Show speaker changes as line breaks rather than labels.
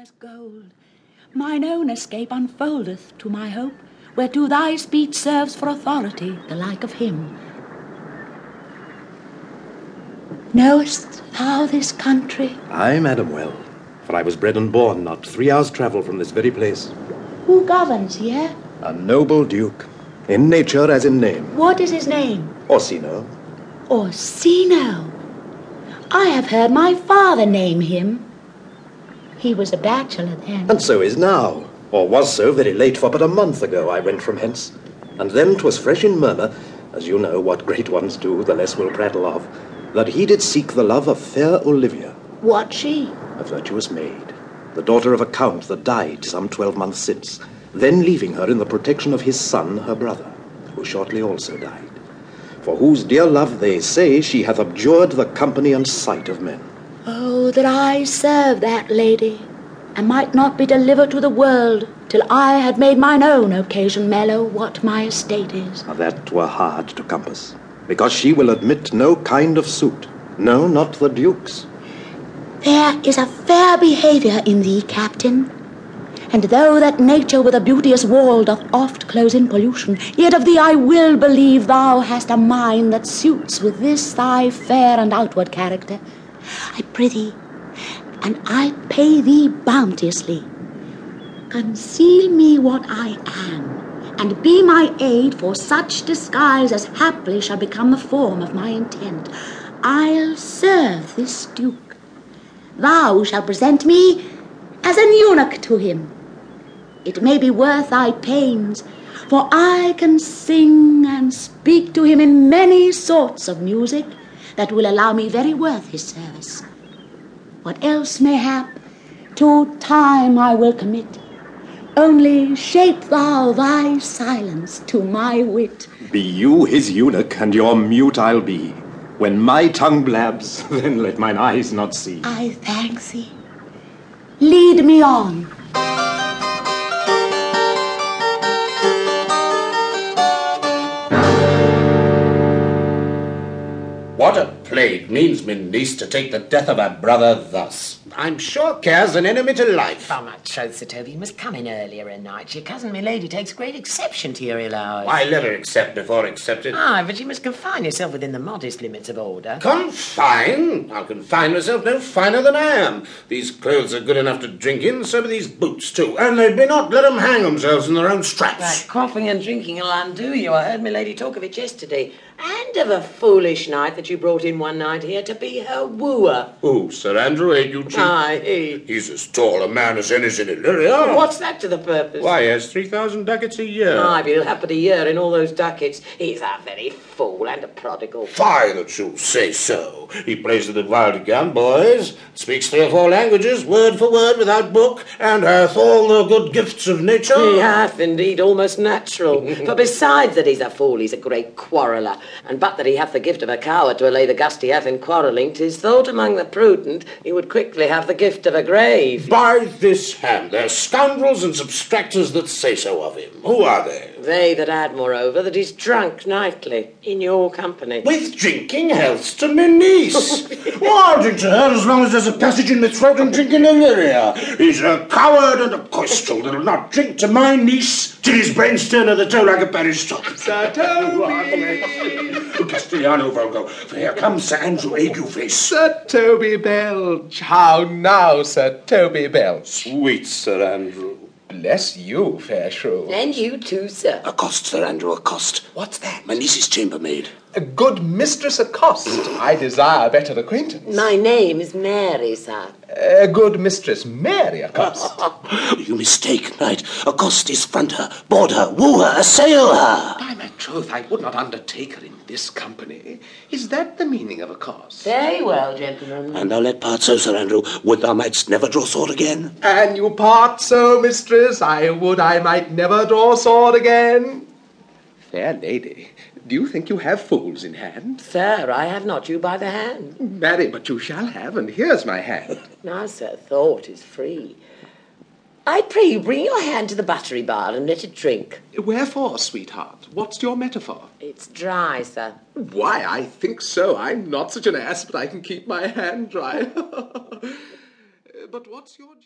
as gold. Mine own escape unfoldeth to my hope, whereto thy speech serves for authority, the like of him. Knowest thou this country?
I, madam, well, for I was bred and born not three hours' travel from this very place.
Who governs here?
A noble duke, in nature as in name,
What is his name?
Orsino.
Orsino. I have heard my father name him. He was a bachelor then.
And so is now, or was so very late, for but a month ago I went from hence. And then 'twas fresh in murmur, as you know what great ones do, the less we'll prattle of, that he did seek the love of fair Olivia,
What she?
a virtuous maid, the daughter of a count that died some twelve months since, then leaving her in the protection of his son, her brother, who shortly also died, for whose dear love they say she hath abjured the company and sight of men.
Oh, that I served that lady, and might not be delivered to the world till I had made mine own occasion mellow what my estate is.
Now That were hard to compass, because she will admit no kind of suit, no, not the duke's.
There is a fair behavior in thee, Captain. And though that nature with a beauteous wall doth oft close in pollution, yet of thee I will believe thou hast a mind that suits with this thy fair and outward character. I prithee, and I pay thee bounteously. Conceal me what I am, and be my aid for such disguise as haply shall become the form of my intent. I'll serve this duke thou shalt present me as an eunuch to him. It may be worth thy pains, for I can sing and speak to him in many sorts of music that will allow me very worth his service. What else mayhap, to time I will commit. Only shape thou thy silence to my wit.
Be you his eunuch, and your mute I'll be. When my tongue blabs, then let mine eyes not see.
I thank thee. Lead me on.
What a plague means me niece to take the death of her brother thus? I'm sure care's an enemy to life.
By my troth, Sir Toby, you must come in earlier a night. Your cousin, my lady, takes great exception to your ill hours.
I let her accept before accepted.
Ah, but you must confine yourself within the modest limits of order.
Confine? I'll confine myself no finer than I am. These clothes are good enough to drink in, so be these boots too. And they be not let 'em hang themselves in their own straps.
That coughing and drinking will undo you. I heard my lady talk of it yesterday, and of a foolish knight that you brought in one night here to be her wooer.
Oh, Sir Andrew, ain't you cheap?
Aye, he.
He's as tall a man as any in Illyria.
What's that to the purpose?
Why, he has 3,000 ducats a year.
Aye, but he'll have but a year in all those ducats. He's a very fool and a prodigal.
Fie that you say so. He plays the Wildegam boys, speaks three or four languages, word for word, without book, and hath all the good gifts of nature.
He hath indeed almost natural. For besides that he's a fool, he's a great quarreller. And but that he hath the gift of a coward to allay the gust he hath in quarrelling, 'tis thought among the prudent he would quickly have the gift of a grave.
By this hand, they're scoundrels and subtractors that say so of him. Who are they?
They that add, moreover, that he's drunk nightly in your company.
With drinking healths to my niece. well, I'll drink to her as long as there's a passage in my throat and drink in Illyria. He's a coward and a coistrel that'll not drink to my niece till his brains turn to the toe like a parish top. Sir Toby! Castellano Volgo, for here comes Sir Andrew Ague face.
Sir Toby Belch, how now, Sir Toby Belch?
Sweet Sir Andrew.
Bless you, fair shrew.
And you too, sir.
Accost, Sir Andrew, accost. What's that? My niece's chambermaid.
A good mistress accost, I desire better acquaintance.
My name is Mary, sir.
A good mistress Mary accost.
You mistake, knight. Accost is front her, board her, woo her, assail her.
By my troth, I would not undertake her in this company. Is that the meaning of accost?
Very well, gentlemen.
And thou let part so, Sir Andrew, would thou mightst never draw sword again.
An you part so, mistress, I would I might never draw sword again. Fair lady, do you think you have fools in hand?
Sir, I have not you by the hand.
Marry, but you shall have, and here's my hand.
Now, sir, thought is free. I pray you bring your hand to the buttery bar and let it drink.
Wherefore, sweetheart? What's your metaphor?
It's dry, sir.
Why, I think so. I'm not such an ass, but I can keep my hand dry. but what's your